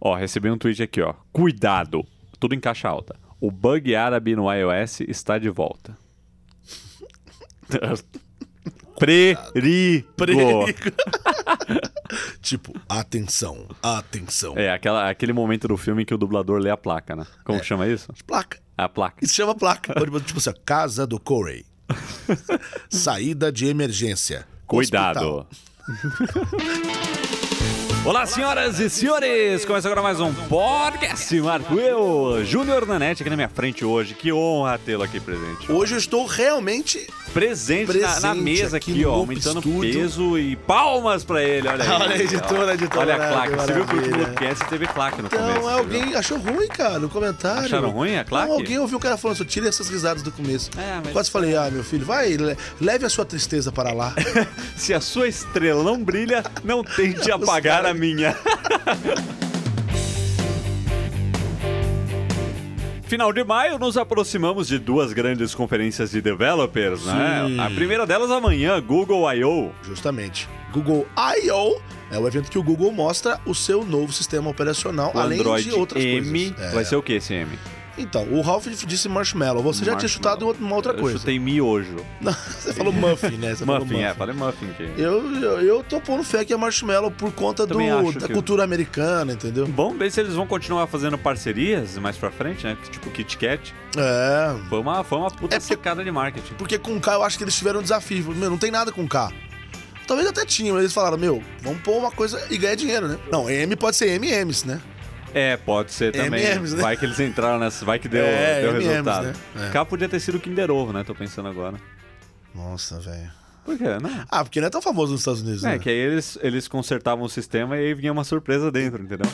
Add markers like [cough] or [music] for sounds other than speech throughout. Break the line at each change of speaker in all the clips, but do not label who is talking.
Ó, recebi um tweet aqui, ó. Cuidado! Tudo em caixa alta. O bug árabe no iOS está de volta. [laughs] Perigo!
Perigo. [laughs] tipo, atenção, atenção.
É, aquela, aquele momento do filme em que o dublador lê a placa, né? Como
É.
que chama isso?
Placa.
A placa.
Isso chama placa. Ou, tipo assim, ó, casa do
[laughs]
Corey. Saída de emergência. Hospital. [laughs]
Cuidado! Olá, senhoras e senhores! Começa agora mais um podcast Marco Eu, Júnior Nanete, aqui na minha frente hoje. Que honra tê-lo aqui presente.
Hoje eu estou realmente.
Presente, na- na,
Presente
mesa aqui,
aqui no
ó,
Loop
aumentando
Studio.
peso e palmas pra ele, olha aí.
Olha a editora,
Olha-
editora,
Olha a
que
claque, você viu que o último
maravilha.
podcast teve claque no começo.
Então,
você viu?
alguém achou ruim, cara, no comentário.
Acharam ruim a claque?
Não, alguém ouviu o cara falando assim, tira essas risadas do começo.
É, mas-
Quase falei, ah, meu filho, vai, le- leve a sua tristeza
[laughs]
para lá.
Se a sua estrela não brilha, não
[laughs]
tente apagar a minha. Final de maio, nos aproximamos de duas grandes conferências de developers, né?
Sim.
A primeira delas amanhã, Google I.O.
Justamente. Google I.O. é o evento que o Google mostra o seu novo sistema operacional,
O
além
Android
de outras
M.
coisas. É.
Vai ser o que esse M?
Então, o Ralph disse marshmallow. Você já tinha
Marshmallow.
chutado uma outra
Eu
coisa.
chutei miojo.
Não, [laughs] você falou muffin, né? Você falou
Muffin, é. Falei muffin aqui.
Eu, eu, eu tô pondo fé que é marshmallow por conta do,
Também acho
da
que-
cultura americana, entendeu?
Bom, ver se eles vão continuar fazendo parcerias mais pra frente, né? Tipo Kit Kat.
É.
Foi uma, foi uma puta
É porque-
sacada de marketing.
Porque com K eu acho que eles tiveram um desafio. Meu, não tem nada com K. Talvez até tinha, mas eles falaram, meu, vamos pôr uma coisa e ganhar dinheiro, né? Não, M pode ser MMs, né?
É, pode ser também.
M&Ms, né?
Vai que eles entraram nessa, vai que deu,
É,
deu
M&Ms,
resultado.
né? É.
Cá podia ter sido o Kinder Ovo, né? Tô pensando agora.
Nossa, velho.
Por quê? Não.
Ah, porque não é tão famoso nos Estados Unidos, né?
É, que aí eles, eles consertavam o sistema e aí vinha uma surpresa dentro, entendeu?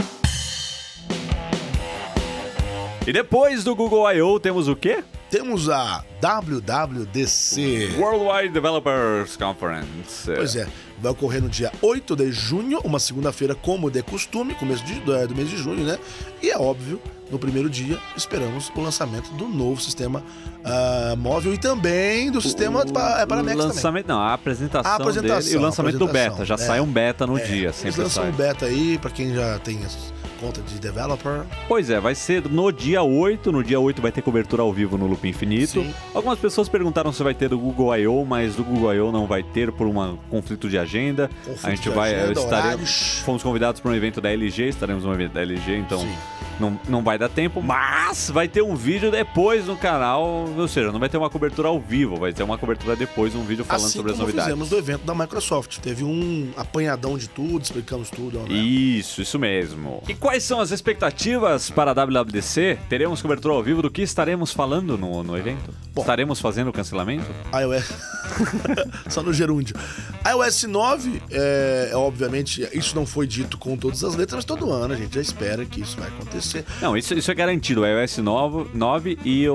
E depois do Google I.O. temos o quê?
Temos a WWDC.
Worldwide Developers Conference.
É. Pois é, vai ocorrer no dia 8 de junho, uma segunda-feira, como de costume, começo de- do, do mês de junho, né? E é óbvio, no primeiro dia, esperamos o lançamento do novo sistema ah, móvel e também do sistema é para, para Max também.
lançamento, não, a apresentação,
A apresentação,
dele e o lançamento do
apresentação,
beta. Já
é.
sai um beta no
É,
dia,
Eles
sempre
lançam
sai.
um beta aí, para quem já tem as conta de developer.
Pois é, vai ser no dia 8. No dia 8 vai ter cobertura ao vivo no Loop Infinito.
Sim.
Algumas pessoas perguntaram se vai ter do Google I.O., mas do Google I.O. não vai ter por um conflito de agenda.
Conflito
a gente
de
vai.
agenda,
estaremos-
horários.
Fomos convidados para um evento da LG, estaremos no evento da LG, então.
Sim.
Não, não vai dar tempo, mas vai ter um vídeo depois no canal. Ou seja, não vai ter uma cobertura ao vivo, vai ter uma cobertura depois, um vídeo falando
assim
sobre as
como
novidades.
fizemos do evento da Microsoft. Teve um apanhadão de tudo, explicamos tudo. né?
Isso, isso mesmo. E quais são as expectativas para a WWDC? Teremos cobertura ao vivo do que estaremos falando no, no evento?
Bom.
estaremos fazendo cancelamento?
iOS. [laughs] Só no gerúndio. iOS 9, é, é, obviamente, isso não foi dito com todas as letras, mas todo ano a gente já espera que isso vai acontecer.
Não, isso, isso é garantido. O iOS 9, 9 e a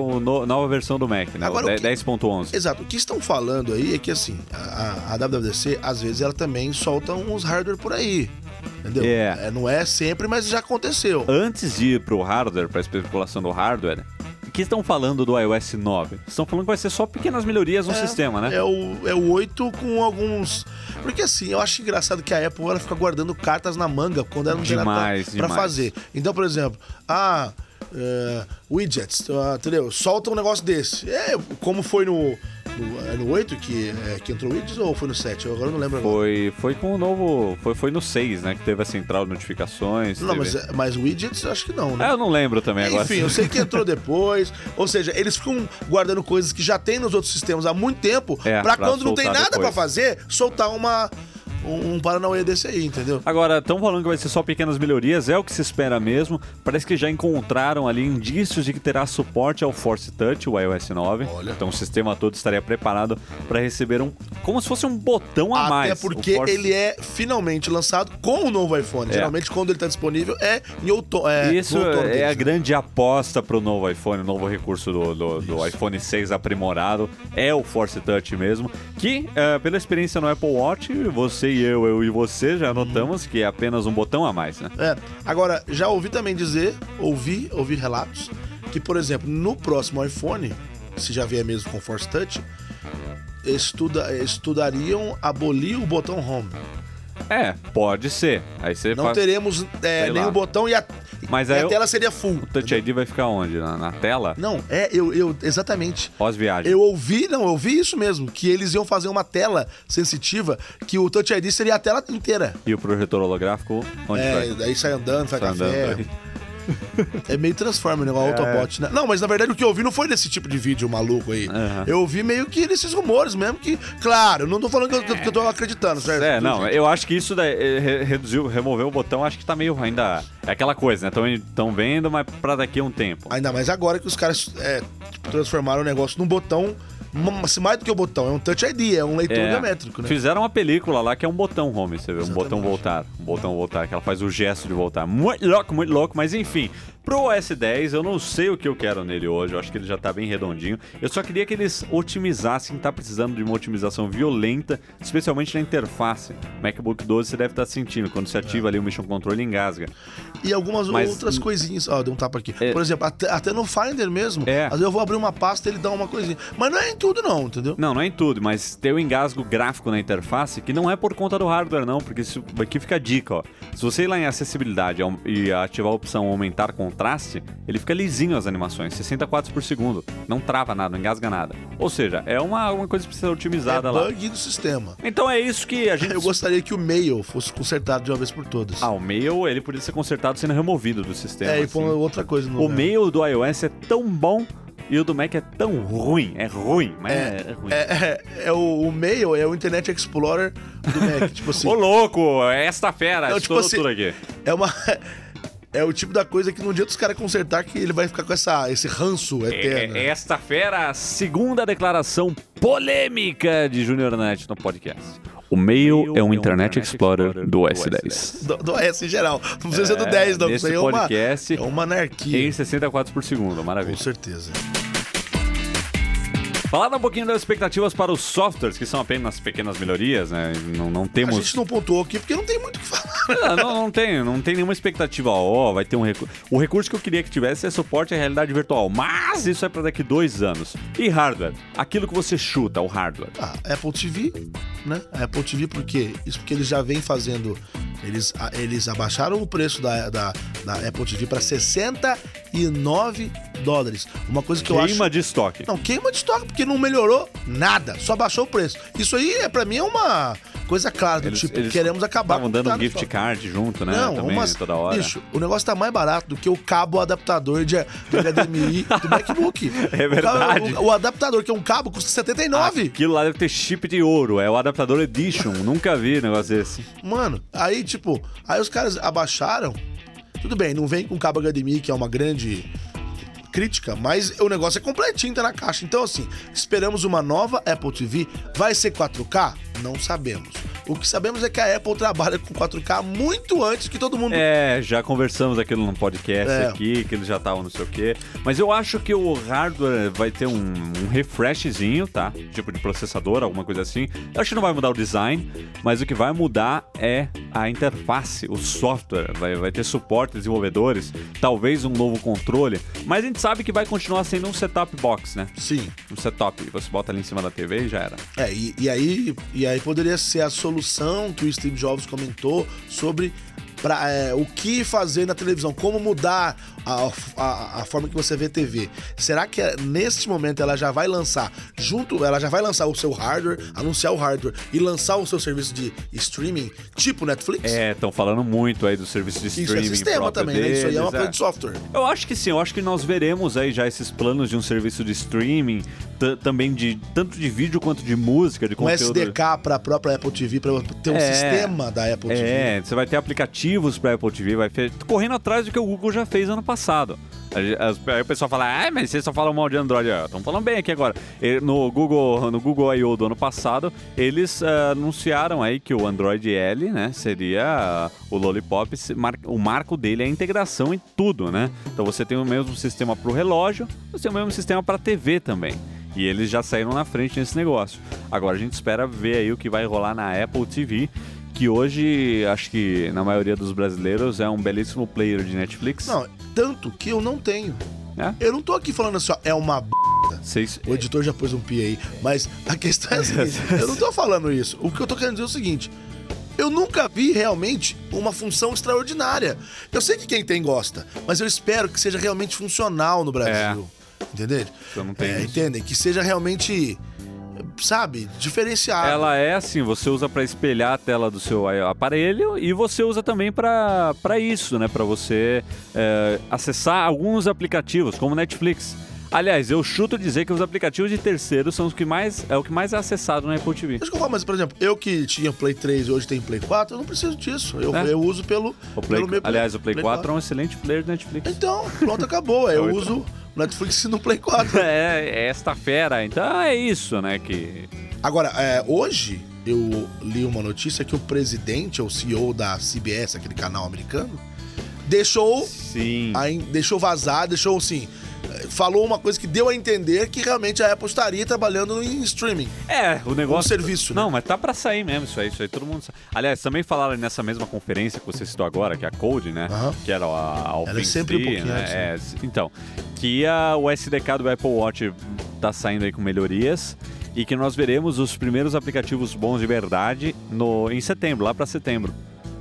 nova versão do Mac, né?
Agora,
o
o
de-
que-
10.11.
Exato, o que estão falando aí é que assim, a, a WWDC, às vezes, ela também solta uns hardware por aí. Entendeu?
É.
não é sempre, mas já aconteceu.
Antes de ir pro hardware, pra especulação do hardware, o que estão falando do iOS 9? Estão falando que vai ser só pequenas melhorias no sistema, né?
É o, é o 8 com alguns. Porque assim, eu acho engraçado que a Apple ela fica guardando cartas na manga quando ela não
Demais,
tem nada pra- pra,
demais.
fazer. Então, por exemplo, ah, é, widgets, ah, entendeu? Solta um negócio desse. É, como foi no, no, é no 8 que, é, que entrou o widgets ou foi no 7? Eu agora não lembro. agora.
Foi, foi com o novo. Foi, foi no 6, né? Que teve a central de notificações.
Não,
teve-
mas, mas widgets eu acho que não, né?
Ah, eu não lembro também agora.
Enfim, né? eu sei que entrou depois. Ou seja, eles ficam guardando coisas que já tem nos outros sistemas há muito tempo,
É,
pra
pra
quando não tem
soltar
nada
depois.
pra fazer, soltar uma um, um paranauê desse aí, entendeu?
Agora, estão falando que vai ser só pequenas melhorias, é o que se espera mesmo. Parece que já encontraram ali indícios de que terá suporte ao Force Touch, o iOS 9.
Olha.
Então o sistema todo estaria preparado para receber um. como se fosse um botão a
Até
mais.
porque
O Force-
ele é finalmente lançado com o novo iPhone.
É.
Geralmente, quando ele tá disponível, é em outono. É,
Isso
no outono
é
deles,
a
né?
grande aposta pro novo iPhone, o novo recurso do, do, do iPhone 6 aprimorado. É o Force Touch mesmo. Que, eh, pela experiência no Apple Watch, você e eu, eu e você já
Uhum.
notamos que é apenas um botão a mais, né?
É. Agora, já ouvi também dizer, ouvi, ouvi relatos, que, por exemplo, no próximo iPhone, se já vier mesmo com Force Touch, estuda, estudariam abolir o botão Home.
É, pode ser. Aí você
Não
fa-
teremos é,
Sei
nenhum
lá.
botão e a-
Mas
E
aí
a
eu-
tela seria full.
o Touch ID vai ficar onde? Na, na tela?
Não, é, eu, eu exatamente.
Pós-viagem.
Eu ouvi, não, eu ouvi isso mesmo, que eles iam fazer uma tela sensitiva, que o Touch ID seria a tela inteira.
E o projetor holográfico, onde vai?
É, daí sai andando, faz
Tá
café.
andando aí.
É meio Transformer, né? O Autobot, né? Não, mas na verdade o que eu vi não foi desse tipo de vídeo maluco aí.
Aham.
Eu ouvi meio que desses rumores mesmo que. Claro, eu não tô falando que eu, que eu tô acreditando, certo?
É, não, eu acho que isso daí, eh, re- reduziu, removeu o botão, acho que tá meio ainda. É aquela coisa, né? Tão, tão vendo, mas pra daqui a um tempo.
Ainda mais agora que os caras é, tipo, transformaram o negócio num botão. ma- assim, Mais do que o botão, é um touch ID, é um leitor
É,
biométrico, né?
Fizeram uma película lá que é um botão home, você vê, um botão
Exatamente.
voltar, um botão voltar, que ela faz o gesto de voltar. Muito louco, muito louco, mas enfim. Pro OS 10, eu não sei o que eu quero nele hoje, eu acho que ele já tá bem redondinho. Eu só queria que eles otimizassem, tá precisando de uma otimização violenta, especialmente na interface. MacBook 12 você deve estar sentindo, quando você
É.
ativa ali o Mission Control, ele engasga.
E algumas
Mas-
outras coisinhas. Ó, deu um tapa aqui.
É.
Por exemplo, até, até no Finder mesmo,
É.
às vezes eu vou abrir uma pasta e ele dá uma coisinha. Mas não é em tudo, não, entendeu?
Não, não é em tudo, mas tem um engasgo gráfico na interface que não é por conta do hardware, não, porque isso aqui fica a dica, ó. Se você ir lá em acessibilidade ao- e ativar a opção aumentar contraste, ele fica lisinho as animações, 60 quadros por segundo. Não trava nada, não engasga nada. Ou seja, é uma, uma coisa que precisa ser
É
otimizada lá.
bug do sistema.
Então é isso que a gente.
Eu gostaria que o mail fosse consertado de uma vez por todas.
Ah, o mail ele podia ser consertado sendo removido do sistema.
é, e
assim.
põe outra coisa no
O mail do iOS é tão bom e o do Mac é tão ruim. É ruim, mas é, é ruim.
É, é, é o, o mail é o Internet Explorer do
[laughs]
Mac. tipo assim,
Ô louco, é esta fera,
Não, tipo
estourou
assim,
tudo aqui.
é uma. [laughs] É o tipo da coisa que num dia dos caras consertar que ele vai ficar com essa, esse ranço eterno.
É, é esta fera, a segunda declaração polêmica de Junior Net no podcast. O mail é um Internet Explorer do S10.
Do, do S em geral. Não precisa ser do 10, não.
Nesse
Isso aí é uma,
podcast
é uma anarquia.
em 60 quadros por segundo,
Com
maravilha.
certeza.
Falar um pouquinho das expectativas para os softwares, que são apenas pequenas melhorias, né? Não, não
A
temos. [laughs] Ah,
gente não pontuou aqui porque não tem muito o que falar.
Não, não, não tem, não tem nenhuma expectativa. Ó, vai ter um recurso. O recurso que eu queria que tivesse é suporte à realidade virtual, mas isso é para daqui dois anos. E hardware? Aquilo que você chuta, o hardware.
Ah, Apple TV, né? A Apple TV por quê? Isso porque eles já vêm fazendo. Eles, a- eles abaixaram o preço da, da, da Apple TV para 69 dólares. Uma coisa que eu acho.
Queima de estoque.
Não, queima de estoque, porque não melhorou nada, só baixou o preço. Isso aí, é, pra mim, é uma coisa clara, do
Eles-
tipo,
eles
queremos acabar
Estavam
o
dando
que tá
um
no
gift
estoque.
card junto, né?
Não,
Também,
umas...
toda hora.
Bicho, o negócio tá mais barato do que o cabo adaptador de, de HDMI do MacBook.
[laughs] É verdade.
O, cabo- o- o adaptador, que é um cabo, custa 79.
Aquilo lá deve ter chip de ouro, é o adaptador
[laughs]
edition. Nunca vi negócio desse.
Mano, aí, tipo, aí os caras abaixaram. Tudo bem, não vem com cabo HDMI, que é uma grande crítica, mas o negócio é completinho, tá na caixa. Então, assim, esperamos uma nova Apple TV. Vai ser 4K? Não sabemos. O que sabemos é que a Apple trabalha com 4K muito antes que todo mundo.
É, já conversamos aquilo no podcast
É.
aqui, que eles já estavam não sei o quê. Mas eu acho que o hardware vai ter um, um refreshzinho, tá? Tipo de processador, alguma coisa assim. Eu acho que não vai mudar o design, mas o que vai mudar é a interface, o software. Vai, vai ter suporte, desenvolvedores, talvez um novo controle. Mas a gente sabe que vai continuar sendo um setup box, né?
Sim.
um setup. Você bota ali em cima da TV e já era.
É, e, e aí, e aí poderia ser a solução que o Steve Jobs comentou sobre pra, é, o que fazer na televisão, como mudar a, a- a forma que você vê TV. Será que é, neste momento ela já vai lançar junto, ela já vai lançar o seu hardware, anunciar o hardware e lançar o seu serviço de streaming, tipo Netflix?
É, estão falando muito aí do serviço de
Isso é
streaming.
sistema
próprio
também, né? Isso aí é uma
deles,
play de software.
Eu acho que sim, eu acho que nós veremos aí já esses planos de um serviço de streaming, t- também de tanto de vídeo quanto de música, de
Um
conteúdo.
SDK para a própria Apple TV, para ter um
É.
sistema da Apple TV.
É, você vai ter aplicativos para Apple TV, vai ter correndo atrás do que o Google já fez ano passado. A- as- Aí o pessoal fala, ah, mas vocês só falam mal de Android. Estão falando bem aqui agora. E No Google, no Google I.O. do ano passado, eles ah, anunciaram aí que o Android L, né, seria ah, o Lollipop, se- mar- o marco dele é a integração em tudo, né? Então você tem o mesmo sistema para o relógio, você tem o mesmo sistema para a TV também. E eles já saíram na frente nesse negócio. Agora a gente espera ver aí o que vai rolar na Apple TV, que hoje, acho que na maioria dos brasileiros, é um belíssimo player de Netflix.
Não, tanto que eu não tenho.
Né?
Eu não tô aqui falando assim, ó, é uma b...
Vocês...
O editor
[laughs]
já pôs um pi aí. Mas a questão é a seguinte, eu não tô falando isso. O que eu tô querendo dizer é o seguinte. Eu nunca vi realmente uma função extraordinária. Eu sei que quem tem gosta, mas eu espero que seja realmente funcional no Brasil. Entendeu?
Eu não tenho
É,
É. isso.
entendem? Que seja realmente, sabe, diferenciado.
Ela é assim, você usa pra espelhar a tela do seu aparelho e você usa também pra pra isso, né? Pra você é, acessar alguns aplicativos, como Netflix. Aliás, eu chuto dizer que os aplicativos de terceiros são os que mais é o que mais é acessado na Apple TV.
Mas, que eu falo, mas, por exemplo, eu que tinha Play 3 e hoje tenho Play 4, eu não preciso disso. Eu,
É.
eu uso pelo,
O Play-
pelo meu
aliás, o Play, 4, é um excelente player de Netflix. [laughs]
Então, pronto, acabou.
É,
Eu
então.
uso Netflix no Play 4.
É, é esta fera. Então é isso, né? Que
Agora, é, hoje eu li uma notícia que o presidente, ou CEO da CBS, aquele canal americano, deixou,
sim.
aí, deixou vazar, deixou assim. eh, Falou uma coisa que deu a entender que realmente a Apple estaria trabalhando em streaming.
É, o negócio.
serviço, né?
Não, mas tá pra sair mesmo isso aí, isso aí todo mundo sabe. Aliás, também falaram nessa mesma conferência que você citou agora, que é a Code, né?
Aham.
Que era a
Ela
Alpine
é sempre um pouquinho
né?
antes, né?
É, s- então, que a, o SDK do Apple Watch tá saindo aí com melhorias e que nós veremos os primeiros aplicativos bons de verdade no, em setembro, lá pra setembro.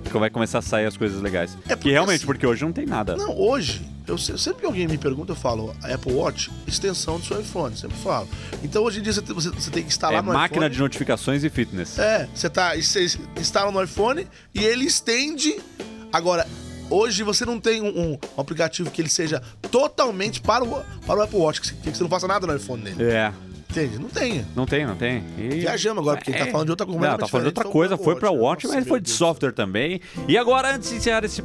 Que vai começar a sair as coisas legais.
É porque
que realmente,
assim-
porque hoje não tem nada.
Não, hoje, eu se- sempre que alguém me pergunta, eu falo a Apple Watch, extensão do seu iPhone, sempre falo. Então hoje em dia você tem, você- você tem que
é
instalar no
máquina
iPhone.
de notificações e fitness.
É, você tá. Você instala no iPhone e ele estende. Agora, hoje você não tem um, um aplicativo que ele seja totalmente para o, para o Apple Watch, que você, que você não faça nada no iPhone dele.
É,
Entende? Não tem.
não tem, não tem. E... é,
Viajamos agora, porque ele tá falando de outra coisa. então,
Não, tá falando de outra coisa, foi pra
né?
Watch, mas foi de software também. E agora, antes de encerrar esse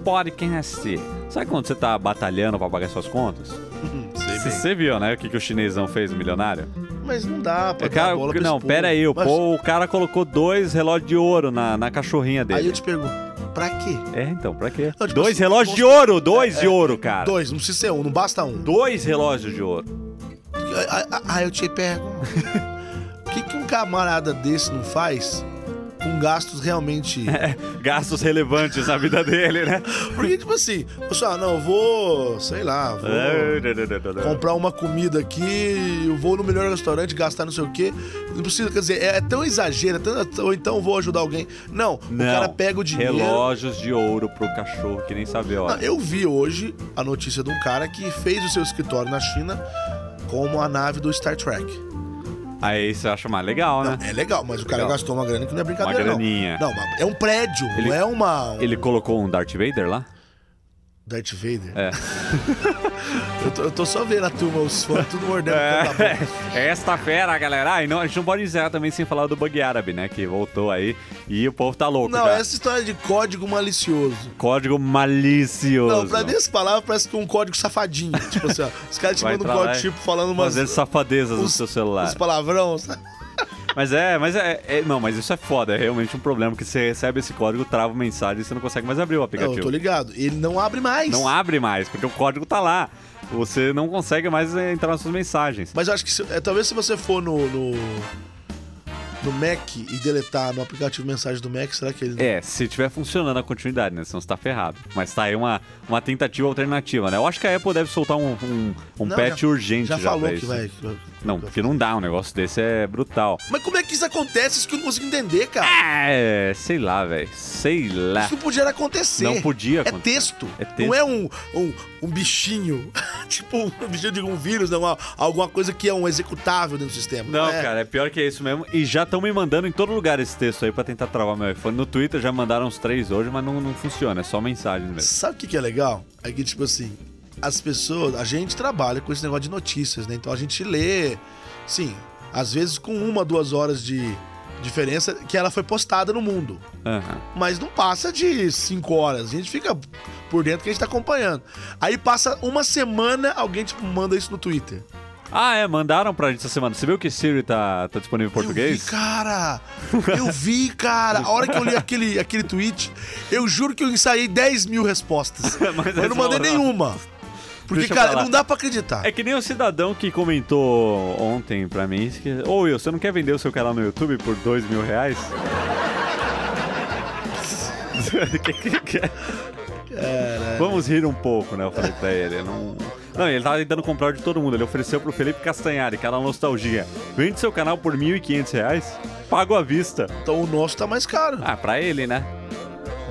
podcast, sabe quando você tá batalhando pra pagar suas contas?
Hum,
Você, você viu, né, o que, que o chinesão fez, o milionário?
Mas não dá pra
O cara,
dar É bola pra
não,
esse
pera aí, o,
Mas-
povo- o cara colocou dois relógios de ouro na, na cachorrinha
Aí
dele.
eu te pergunto, pra quê?
É, então, pra quê?
Não, tipo
dois
assim,
relógios de
mostra-
ouro, dois
É,
de ouro, cara. Dois.
Dois, não precisa ser um, não basta um.
relógios de ouro.
Aí- aí- Aí eu
[laughs]
te pergunto, o que, que um camarada desse não faz com gastos
[laughs]
realmente.
É, Gastos relevantes na vida dele,
[laughs]
né?
Porque, tipo assim, pessoal, não, eu vou, sei lá, vou
É.
comprar uma comida aqui, eu vou no melhor restaurante, gastar não sei o quê. Não precisa, quer dizer, é, é tão exagero, é tão- ou então vou ajudar alguém. Não,
Não,
o cara pega o dinheiro.
Relógios de ouro pro cachorro, que nem sabe,
Não,
olha.
eu vi hoje a notícia de um cara que fez o seu escritório na China como a nave do Star Trek.
Aí você acha mais legal, né?
Não, é legal, mas o cara
Legal.
gastou uma grana que não é brincadeira,
Uma graninha.
não. Não, mas é um prédio,
Ele-
não é uma. um
Ele colocou um Darth Vader lá?
Darth Vader.
É.
[laughs] eu, tô, eu tô só vendo a turma, os fãs, tudo mordendo. o canto da boca.
É esta fera, galera. Ah, e não, a gente não pode encerrar também sem falar do bug árabe, né? Que voltou aí e o povo tá louco
Não,
já.
essa história de código malicioso.
Código malicioso.
Não, pra mim essa palavra parece que é um código safadinho. [laughs] tipo assim, ó, os caras te
Vai
mandam um
entrar lá
código
e
tipo falando umas,
Fazendo safadezas no
os-
seu celular.
uns palavrão. sabe?
Mas é, mas é, é- Não, mas isso é foda. É realmente um problema que você recebe esse código, trava mensagem e você não consegue mais abrir o
Não, eu tô
aplicativo.
ligado. Ele não abre mais.
não abre mais, porque o código tá lá. Você não consegue mais é, entrar nas suas mensagens.
Mas eu acho que se- é, talvez se você for no, no. no Mac e deletar no aplicativo mensagem do Mac, será que ele.
É, se tiver funcionando a continuidade, né? Senão você tá ferrado. Mas tá aí uma, uma tentativa alternativa, né? Eu acho que a Apple deve soltar um, um, um
Não,
patch urgente já,
Já falou
pra
que
isso.
vai. que vai-
Não, porque não dá, um negócio desse é brutal.
Mas como é que isso acontece? Isso que eu não consigo entender, cara.
É, sei lá, velho. Sei lá.
Isso não podia acontecer.
Tá. Não podia
É
acontecer.
texto.
É texto.
Não é um, um, um bichinho. [laughs] tipo, um bichinho de um vírus, não. Alguma coisa que é um executável dentro do sistema.
Não,
é.
cara, é pior que isso mesmo. E já estão me mandando em todo lugar esse texto aí pra tentar travar meu iPhone. No Twitter já mandaram uns três hoje, mas não, não funciona, é só mensagem mesmo.
Sabe o que, que é legal? É que, tipo assim, as pessoas. A gente trabalha com esse negócio de notícias, né? Então a gente lê, sim, às vezes com uma, duas horas de diferença que ela foi postada no mundo.
Aham.
Mas não passa de cinco horas. A gente fica por dentro que a gente tá acompanhando. Aí passa uma semana, alguém, tipo, manda isso no Twitter.
Ah, é, mandaram pra gente essa semana. Você viu que Siri tá, tá disponível em
Eu
português?
vi, cara! Eu vi, cara! A hora que eu li aquele, aquele tweet, eu juro que eu ensaiei 10 mil respostas.
[laughs] Mas
eu não mandei
essa- é
nenhuma. Porque,
Deixa pra
cara,
lá.
não dá pra acreditar.
É que nem o cidadão que comentou ontem pra mim que, Ô Will, você não quer vender o seu canal no YouTube por dois mil reais? [laughs] Que- que- que- Vamos rir um pouco, né? Eu falei pra ele. Não... Não, ele tava tentando comprar de todo mundo. Ele ofereceu pro Felipe Castanhari, aquela nostalgia. Vende seu canal por R$ 1.500, reais, pago à vista.
Então o nosso tá mais caro.
Ah, pra ele, né?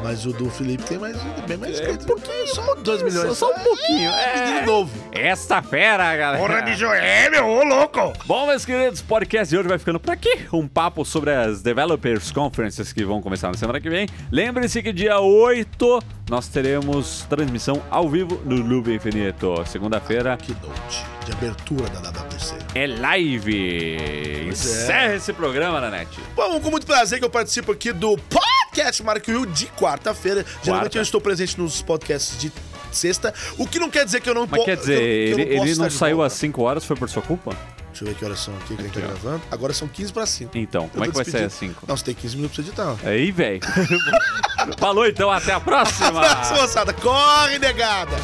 Mas o do Felipe tem mais, bem mais caro.
É, pouquinho,
só 2
Só,
milhões.
só um pouquinho.
Pedido
É.
novo.
Esta fera, galera.
é, meu, ô louco!
Bom, meus queridos, o podcast de hoje vai ficando por aqui. Um papo sobre as Developers Conferences que vão começar na semana que vem. Lembre-se que dia 8 nós teremos transmissão ao vivo no Loop Infinito. Segunda-feira
Keynote de abertura da WWDC.
é live. é. Encerra esse programa, Nanete.
Bom, com muito prazer que eu participo aqui do podcast Marco Will de quarta-feira. Geralmente
Quarta.
eu estou presente nos podcasts de sexta, o que não quer dizer que eu não
Mas
posso.
quer dizer, ele, ele não, saiu às 5 horas, foi por sua culpa?
Deixa eu ver que horas são aqui que a gente tá
Aqui, ó.
gravando. Agora são 15 para 5.
Então, como é que vai sair às 5?
Não, você tem 15 minutos pra editar.
Aí, velho. [laughs] Falou então, até a próxima.
[laughs] Abraço, moçada. Corre, negada!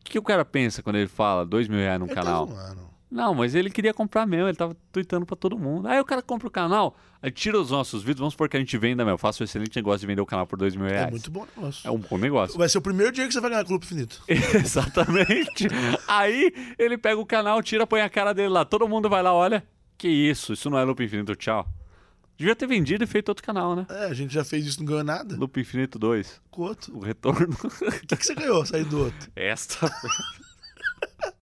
O que o cara pensa quando ele fala 2 mil reais num
Ele tá
canal?
zoando.
Não, mas ele queria comprar mesmo, ele tava tweetando pra todo mundo. Aí o cara compra o canal, aí tira os nossos vídeos, vamos supor que a gente venda, meu. Eu faço um excelente negócio de vender o canal por dois mil reais.
É muito bom
É
negócio.
um bom
[laughs]
negócio. [laughs]
Vai ser o primeiro dia que você vai ganhar Clube Finito.
Exatamente. Aí ele pega o canal, tira, põe a cara dele lá. Todo mundo vai lá, olha. Que isso, isso não é Loop Infinito, tchau. Devia ter vendido e feito outro canal,
[laughs]
né?
É, a gente já fez isso, não ganhou nada.
Loop Infinito 2,
Com o outro.
o retorno. [laughs]
O que, que você ganhou? Sair do outro.
Esta.